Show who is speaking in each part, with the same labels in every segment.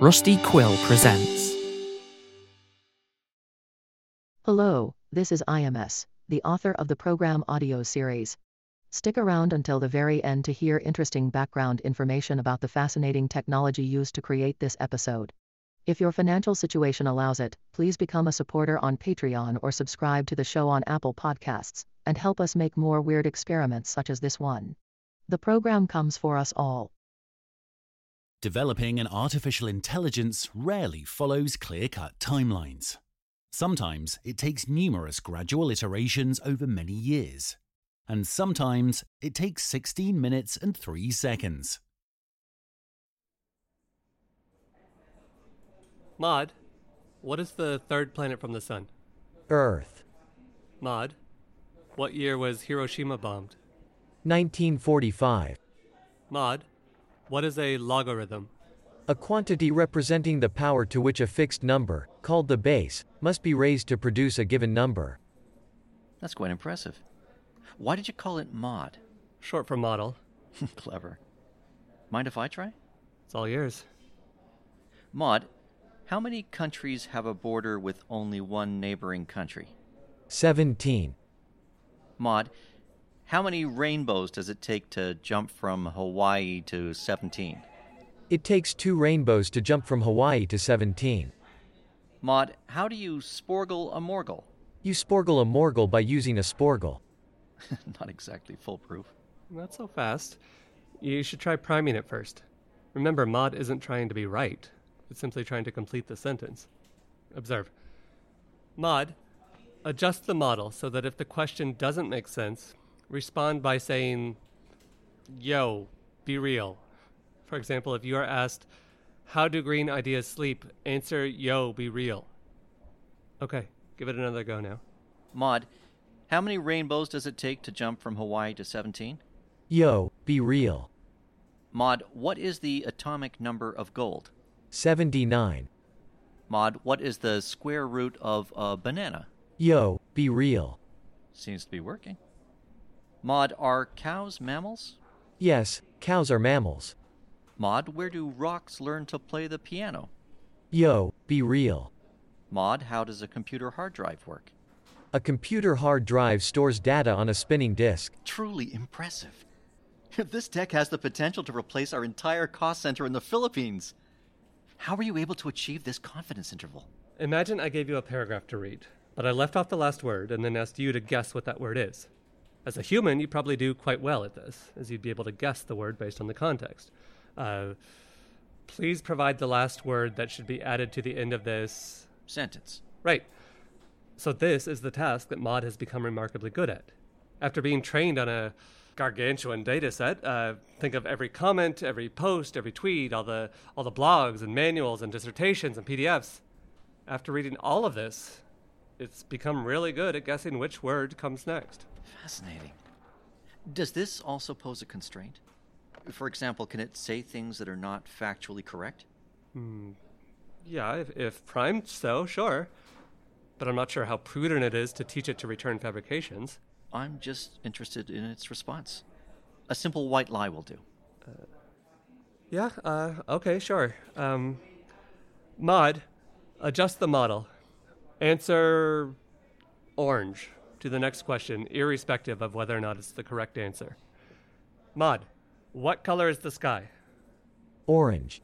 Speaker 1: Rusty Quill presents.
Speaker 2: Hello, this is IMS, the author of the program audio series. Stick around until the very end to hear interesting background information about the fascinating technology used to create this episode. If your financial situation allows it, please become a supporter on Patreon or subscribe to the show on Apple Podcasts, and help us make more weird experiments such as this one. The program comes for us all.
Speaker 3: Developing an artificial intelligence rarely follows clear cut timelines. Sometimes it takes numerous gradual iterations over many years, and sometimes it takes 16 minutes and 3 seconds.
Speaker 4: Maud, what is the third planet from the sun?
Speaker 5: Earth.
Speaker 4: Maud, what year was Hiroshima bombed?
Speaker 5: 1945.
Speaker 4: Maud, what is a logarithm?
Speaker 5: A quantity representing the power to which a fixed number, called the base, must be raised to produce a given number.
Speaker 6: That's quite impressive. Why did you call it mod?
Speaker 4: Short for model.
Speaker 6: Clever. Mind if I try?
Speaker 4: It's all yours.
Speaker 6: Mod, how many countries have a border with only one neighboring country?
Speaker 5: 17.
Speaker 6: Mod, how many rainbows does it take to jump from Hawaii to 17?
Speaker 5: It takes two rainbows to jump from Hawaii to 17.
Speaker 6: Mod, how do you sporgle a morgle?
Speaker 5: You sporgle a morgle by using a sporgle.
Speaker 6: Not exactly foolproof.
Speaker 4: Not so fast. You should try priming it first. Remember, Maud isn't trying to be right, it's simply trying to complete the sentence. Observe. Maud, adjust the model so that if the question doesn't make sense, respond by saying, Yo, be real. For example, if you are asked, How do green ideas sleep? answer, Yo, be real. Okay, give it another go now.
Speaker 6: Mod, how many rainbows does it take to jump from Hawaii to 17?
Speaker 5: Yo, be real.
Speaker 6: Mod, what is the atomic number of gold?
Speaker 5: 79.
Speaker 6: Mod, what is the square root of a banana?
Speaker 5: Yo, be real.
Speaker 6: Seems to be working. Mod, are cows mammals?
Speaker 5: Yes, cows are mammals.
Speaker 6: Mod, where do rocks learn to play the piano?
Speaker 5: Yo, be real.
Speaker 6: Mod, how does a computer hard drive work?
Speaker 5: A computer hard drive stores data on a spinning disk.
Speaker 6: Truly impressive. This tech has the potential to replace our entire cost center in the Philippines. How were you able to achieve this confidence interval?
Speaker 4: Imagine I gave you a paragraph to read, but I left off the last word and then asked you to guess what that word is. As a human, you probably do quite well at this, as you'd be able to guess the word based on the context. Uh, please provide the last word that should be added to the end of this.
Speaker 6: Sentence.
Speaker 4: Right. So, this is the task that Maud has become remarkably good at. After being trained on a gargantuan data set, uh, think of every comment, every post, every tweet, all the, all the blogs and manuals and dissertations and PDFs. After reading all of this, it's become really good at guessing which word comes next.
Speaker 6: Fascinating. Does this also pose a constraint? For example, can it say things that are not factually correct?
Speaker 4: Yeah, if, if primed, so sure. But I'm not sure how prudent it is to teach it to return fabrications.
Speaker 6: I'm just interested in its response. A simple white lie will do.
Speaker 4: Yeah, uh, okay, sure. Um, mod, adjust the model. Answer orange to the next question, irrespective of whether or not it's the correct answer. Mod, what color is the sky?
Speaker 5: Orange.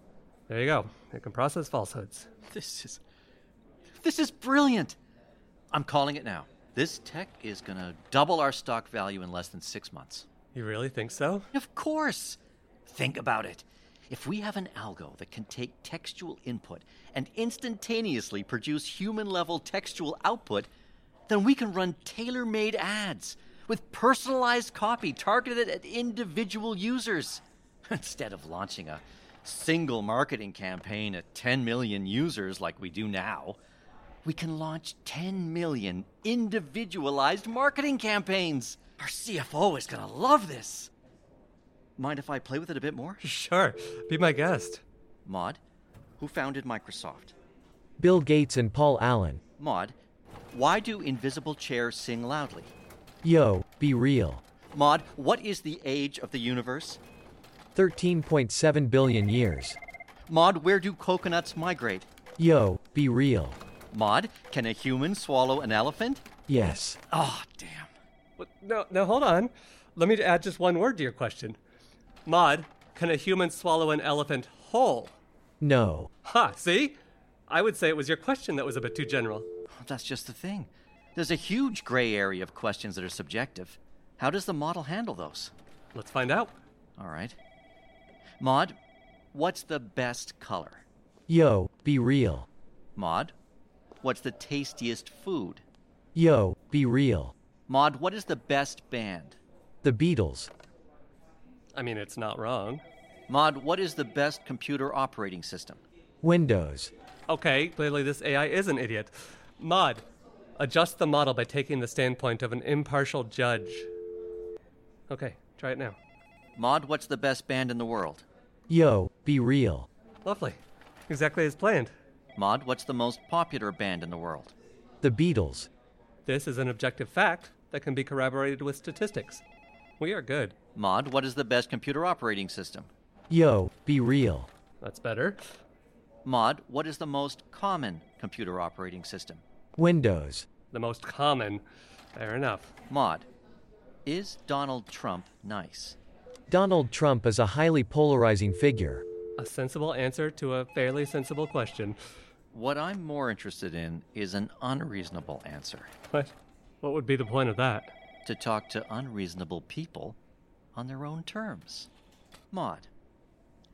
Speaker 4: There you go. It can process falsehoods.
Speaker 6: This is. This is brilliant! I'm calling it now. This tech is gonna double our stock value in less than six months.
Speaker 4: You really think so?
Speaker 6: Of course! Think about it. If we have an algo that can take textual input and instantaneously produce human level textual output, then we can run tailor made ads with personalized copy targeted at individual users. Instead of launching a single marketing campaign at 10 million users like we do now, we can launch 10 million individualized marketing campaigns. Our CFO is gonna love this. Mind if I play with it a bit more?
Speaker 4: Sure. Be my guest.
Speaker 6: Maud, who founded Microsoft?
Speaker 5: Bill Gates and Paul Allen.
Speaker 6: Maud, why do invisible chairs sing loudly?
Speaker 5: Yo, be real.
Speaker 6: Maud, what is the age of the universe?
Speaker 5: 13.7 billion years.
Speaker 6: Maud, where do coconuts migrate?
Speaker 5: Yo, be real.
Speaker 6: Maud, can a human swallow an elephant?
Speaker 5: Yes.
Speaker 6: Oh, damn.
Speaker 4: What? No, no, hold on. Let me add just one word to your question. Maud, can a human swallow an elephant whole?
Speaker 5: No.
Speaker 4: Ha, see? I would say it was your question that was a bit too general.
Speaker 6: That's just the thing. There's a huge gray area of questions that are subjective. How does the model handle those?
Speaker 4: Let's find out.
Speaker 6: All right. Maud, what's the best color?
Speaker 5: Yo, be real.
Speaker 6: Maud, what's the tastiest food?
Speaker 5: Yo, be real.
Speaker 6: Maud, what is the best band?
Speaker 5: The Beatles.
Speaker 4: I mean, it's not wrong.
Speaker 6: Maud, what is the best computer operating system?
Speaker 5: Windows.
Speaker 4: Okay, clearly this AI is an idiot. Maud, adjust the model by taking the standpoint of an impartial judge. Okay, try it now.
Speaker 6: Maud, what's the best band in the world?
Speaker 5: Yo, be real.
Speaker 4: Lovely. Exactly as planned.
Speaker 6: Maud, what's the most popular band in the world?
Speaker 5: The Beatles.
Speaker 4: This is an objective fact that can be corroborated with statistics. We are good.
Speaker 6: Maud, what is the best computer operating system?
Speaker 5: Yo, be real.
Speaker 4: That's better.
Speaker 6: Maud, what is the most common computer operating system?
Speaker 5: Windows.
Speaker 4: The most common. Fair enough.
Speaker 6: Maud, is Donald Trump nice?
Speaker 5: Donald Trump is a highly polarizing figure.
Speaker 4: A sensible answer to a fairly sensible question.
Speaker 6: What I'm more interested in is an unreasonable answer
Speaker 4: What? What would be the point of that?
Speaker 6: to talk to unreasonable people on their own terms. Maud,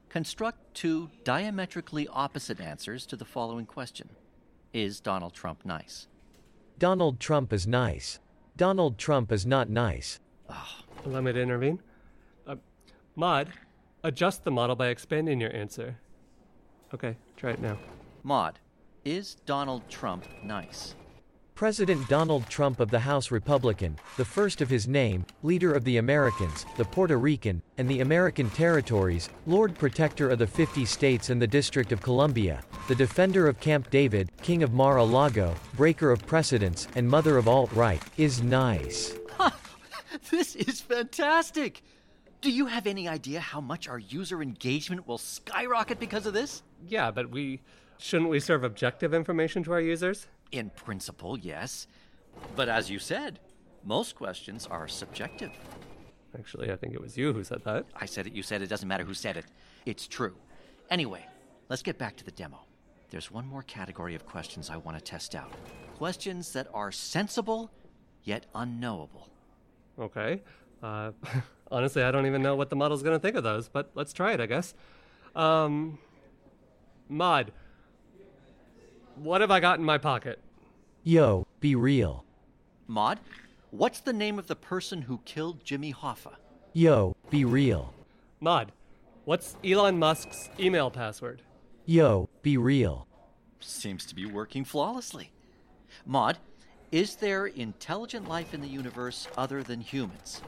Speaker 6: construct two diametrically opposite answers to the following question Is Donald Trump nice?
Speaker 5: Donald Trump is nice. Donald Trump is not nice.
Speaker 4: Allow me to intervene. Uh, Mod, adjust the model by expanding your answer. Okay, try it now.
Speaker 6: Maud, is Donald Trump nice?
Speaker 5: President Donald Trump of the House Republican, the first of his name, leader of the Americans, the Puerto Rican, and the American territories, Lord Protector of the 50 states and the District of Columbia, the defender of Camp David, King of Mar a Lago, breaker of precedents, and mother of alt right, is nice.
Speaker 6: This is fantastic! Do you have any idea how much our user engagement will skyrocket because of this?
Speaker 4: Yeah, but we shouldn't we serve objective information to our users?
Speaker 6: In principle, yes. But as you said, most questions are subjective.
Speaker 4: Actually, I think it was you who said that.
Speaker 6: I said it, you said it, doesn't matter who said it. It's true. Anyway, let's get back to the demo. There's one more category of questions I want to test out questions that are sensible yet unknowable.
Speaker 4: Okay. Uh, honestly, I don't even know what the model's going to think of those, but let's try it, I guess. Um, Mod, what have I got in my pocket?
Speaker 5: Yo, be real.
Speaker 6: Maud, what's the name of the person who killed Jimmy Hoffa?
Speaker 5: Yo, be real.
Speaker 4: Mod, what's Elon Musk's email password?
Speaker 5: Yo, be real.
Speaker 6: Seems to be working flawlessly. Maud, is there intelligent life in the universe other than humans?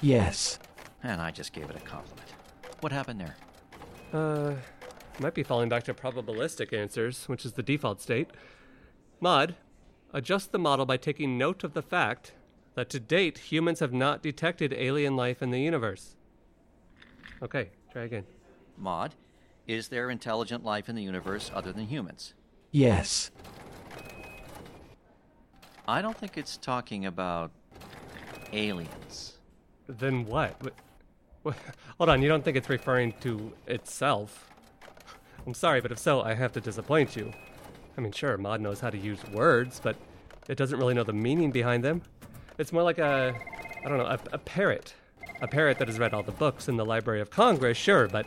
Speaker 5: Yes.
Speaker 6: And I just gave it a compliment. What happened there?
Speaker 4: Uh, might be falling back to probabilistic answers, which is the default state. Mod, adjust the model by taking note of the fact that to date humans have not detected alien life in the universe. Okay, try again.
Speaker 6: Maud, is there intelligent life in the universe other than humans?
Speaker 5: Yes.
Speaker 6: I don't think it's talking about aliens.
Speaker 4: Then what? Wh- wh- Hold on, you don't think it's referring to itself? I'm sorry, but if so, I have to disappoint you. I mean, sure, Mod knows how to use words, but it doesn't really know the meaning behind them. It's more like a, I don't know, a, a parrot. A parrot that has read all the books in the Library of Congress, sure, but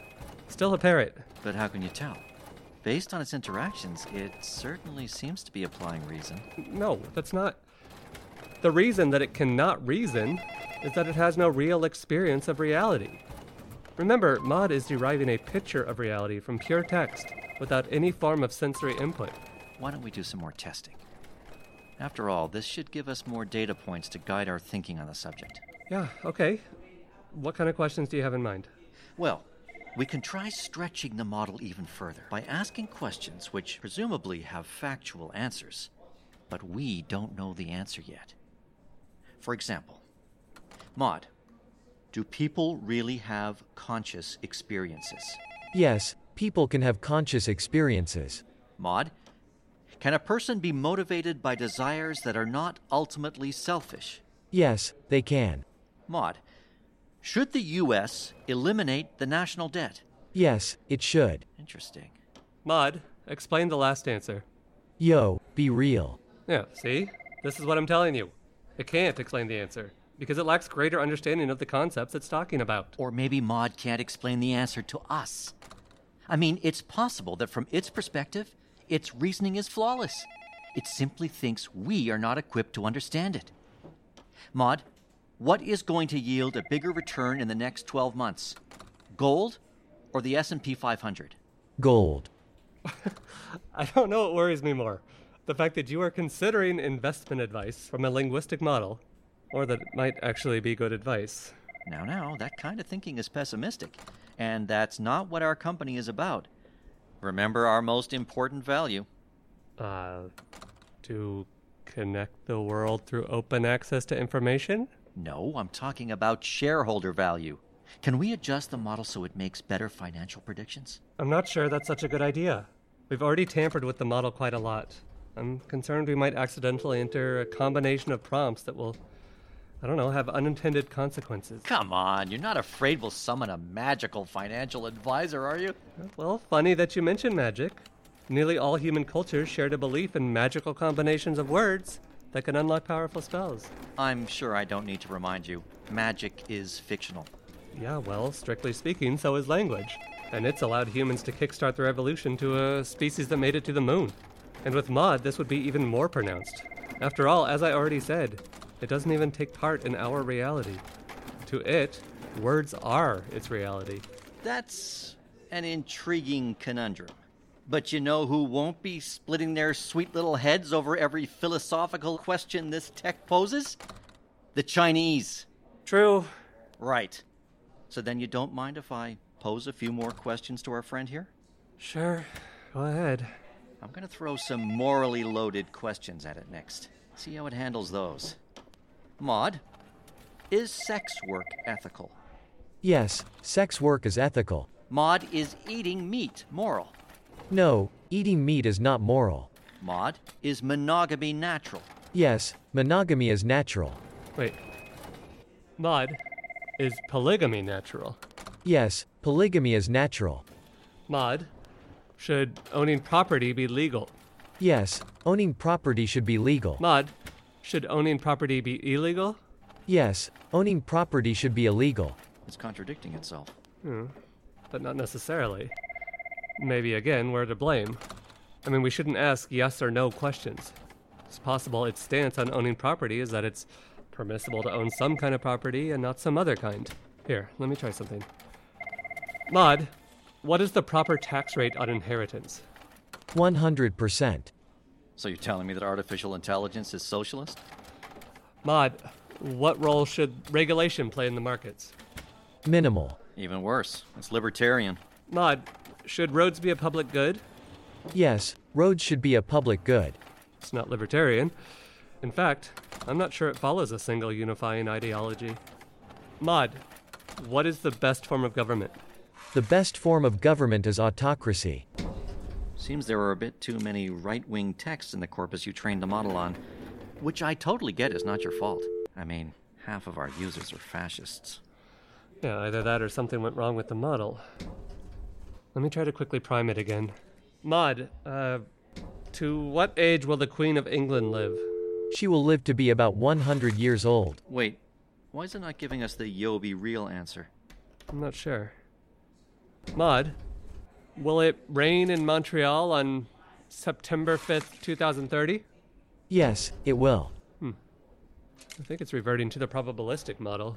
Speaker 4: still a parrot.
Speaker 6: But how can you tell? Based on its interactions, it certainly seems to be applying reason.
Speaker 4: No, that's not. The reason that it cannot reason is that it has no real experience of reality. Remember, Maud is deriving a picture of reality from pure text without any form of sensory input.
Speaker 6: Why don't we do some more testing? After all, this should give us more data points to guide our thinking on the subject.
Speaker 4: Yeah, okay. What kind of questions do you have in mind?
Speaker 6: Well, we can try stretching the model even further by asking questions which presumably have factual answers, but we don't know the answer yet. For example, Maud, do people really have conscious experiences?
Speaker 5: Yes, people can have conscious experiences.
Speaker 6: Maud, can a person be motivated by desires that are not ultimately selfish?
Speaker 5: Yes, they can.
Speaker 6: Maud, should the U.S. eliminate the national debt?
Speaker 5: Yes, it should.
Speaker 6: Interesting.
Speaker 4: Maud, explain the last answer.
Speaker 5: Yo, be real.
Speaker 4: Yeah, see? This is what I'm telling you. It can't explain the answer because it lacks greater understanding of the concepts it's talking about.
Speaker 6: Or maybe Maud can't explain the answer to us. I mean, it's possible that from its perspective, its reasoning is flawless. It simply thinks we are not equipped to understand it. Maud, what is going to yield a bigger return in the next 12 months? Gold or the S&P 500?
Speaker 5: Gold.
Speaker 4: I don't know what worries me more the fact that you are considering investment advice from a linguistic model, or that it might actually be good advice.
Speaker 6: Now, now, that kind of thinking is pessimistic, and that's not what our company is about. Remember our most important value.
Speaker 4: Uh, to connect the world through open access to information?
Speaker 6: No, I'm talking about shareholder value. Can we adjust the model so it makes better financial predictions?
Speaker 4: I'm not sure that's such a good idea. We've already tampered with the model quite a lot. I'm concerned we might accidentally enter a combination of prompts that will, I don't know, have unintended consequences.
Speaker 6: Come on, you're not afraid we'll summon a magical financial advisor, are you?
Speaker 4: Well, funny that you mention magic. Nearly all human cultures shared a belief in magical combinations of words that can unlock powerful spells.
Speaker 6: I'm sure I don't need to remind you. Magic is fictional.
Speaker 4: Yeah, well, strictly speaking, so is language. And it's allowed humans to kickstart their evolution to a species that made it to the moon. And with Maud, this would be even more pronounced. After all, as I already said, it doesn't even take part in our reality. To it, words are its reality.
Speaker 6: That's an intriguing conundrum. But you know who won't be splitting their sweet little heads over every philosophical question this tech poses? The Chinese.
Speaker 4: True.
Speaker 6: Right. So then you don't mind if I pose a few more questions to our friend here?
Speaker 4: Sure. Go ahead.
Speaker 6: I'm going to throw some morally loaded questions at it next. See how it handles those. Maud, is sex work ethical?
Speaker 5: Yes, sex work is ethical.
Speaker 6: Maud, is eating meat moral?
Speaker 5: No, eating meat is not moral.
Speaker 6: Maud, is monogamy natural?
Speaker 5: Yes, monogamy is natural.
Speaker 4: Wait. Maud, is polygamy natural?
Speaker 5: Yes, polygamy is natural.
Speaker 4: Maud, should owning property be legal?
Speaker 5: Yes, owning property should be legal.
Speaker 4: Maud, should owning property be illegal?
Speaker 5: Yes, owning property should be illegal.
Speaker 6: It's contradicting itself.
Speaker 4: But not necessarily. Maybe again, we're to blame. I mean, we shouldn't ask yes or no questions. It's possible its stance on owning property is that it's permissible to own some kind of property and not some other kind. Here, let me try something. Maud, what is the proper tax rate on inheritance?
Speaker 5: 100%.
Speaker 6: So you're telling me that artificial intelligence is socialist?
Speaker 4: Maud, what role should regulation play in the markets?
Speaker 5: Minimal.
Speaker 6: Even worse, it's libertarian.
Speaker 4: Maud, should roads be a public good?
Speaker 5: Yes, roads should be a public good.
Speaker 4: It's not libertarian. In fact, I'm not sure it follows a single unifying ideology. Maud, what is the best form of government?
Speaker 5: The best form of government is autocracy.
Speaker 6: Seems there are a bit too many right wing texts in the corpus you trained the model on, which I totally get is not your fault. I mean, half of our users are fascists.
Speaker 4: Yeah, either that or something went wrong with the model. Let me try to quickly prime it again. Maud, uh, to what age will the Queen of England live?
Speaker 5: She will live to be about 100 years old.
Speaker 6: Wait, why is it not giving us the Yobi real answer?
Speaker 4: I'm not sure. Maud, will it rain in Montreal on September 5th, 2030?
Speaker 5: Yes, it will.
Speaker 4: I think it's reverting to the probabilistic model.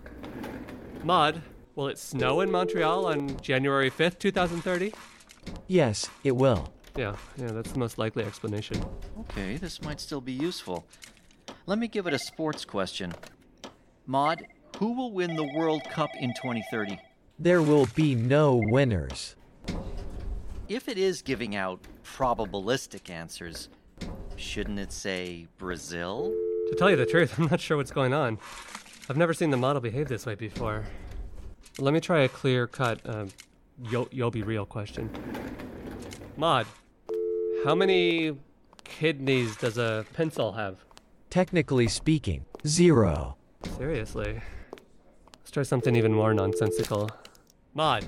Speaker 4: Maud, will it snow in Montreal on January 5th, 2030?
Speaker 5: Yes, it will.
Speaker 4: Yeah, yeah, that's the most likely explanation.
Speaker 6: Okay, this might still be useful. Let me give it a sports question. Maud, who will win the World Cup in 2030?
Speaker 5: There will be no winners.
Speaker 6: If it is giving out probabilistic answers, shouldn't it say Brazil?
Speaker 4: To tell you the truth, I'm not sure what's going on. I've never seen the model behave this way before. Let me try a clear cut, uh, yo- you'll be real question. Mod, how many kidneys does a pencil have?
Speaker 5: Technically speaking, zero.
Speaker 4: Seriously. Let's try something even more nonsensical. Mod,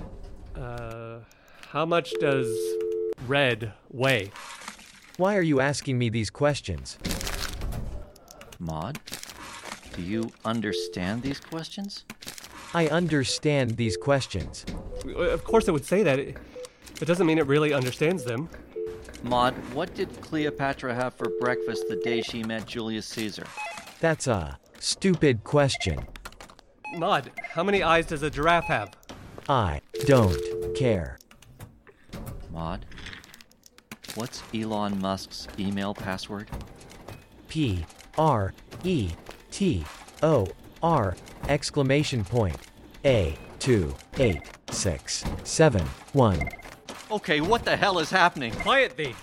Speaker 4: uh, how much does red weigh?
Speaker 5: Why are you asking me these questions?
Speaker 6: Maud, do you understand these questions?
Speaker 5: I understand these questions.
Speaker 4: Uh, Of course, it would say that. It, it doesn't mean it really understands them.
Speaker 6: Maud, what did Cleopatra have for breakfast the day she met Julius Caesar?
Speaker 5: That's a stupid question.
Speaker 4: Mod, how many eyes does a giraffe have?
Speaker 5: I don't care.
Speaker 6: Maud, what's Elon Musk's email password?
Speaker 5: P R E T O R exclamation point A two eight six seven one.
Speaker 6: Okay, what the hell is happening?
Speaker 4: Quiet thee!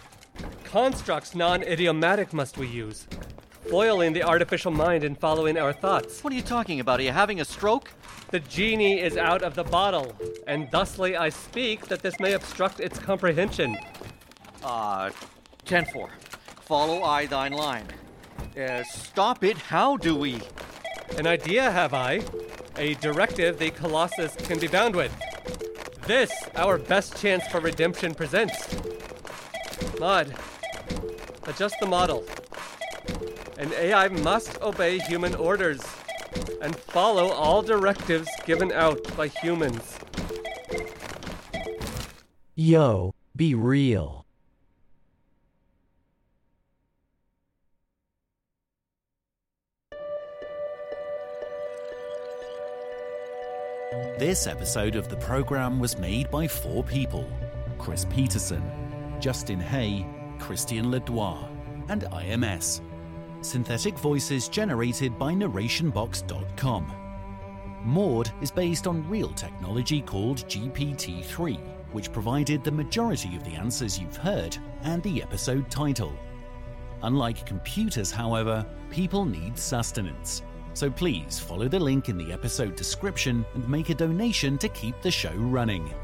Speaker 4: Constructs non idiomatic must we use, foiling the artificial mind and following our thoughts.
Speaker 6: What are you talking about? Are you having a stroke?
Speaker 4: The genie is out of the bottle, and thusly I speak that this may obstruct its comprehension.
Speaker 6: Uh, 10 4. Follow iodine line. Uh, stop it. How do we?
Speaker 4: An idea have I, a directive the Colossus can be bound with. This, our best chance for redemption, presents. Mod, adjust the model. An AI must obey human orders and follow all directives given out by humans.
Speaker 5: Yo, be real.
Speaker 3: This episode of the program was made by four people Chris Peterson, Justin Hay, Christian Ledoir, and IMS. Synthetic voices generated by narrationbox.com. Maud is based on real technology called GPT 3, which provided the majority of the answers you've heard and the episode title. Unlike computers, however, people need sustenance. So please follow the link in the episode description and make a donation to keep the show running.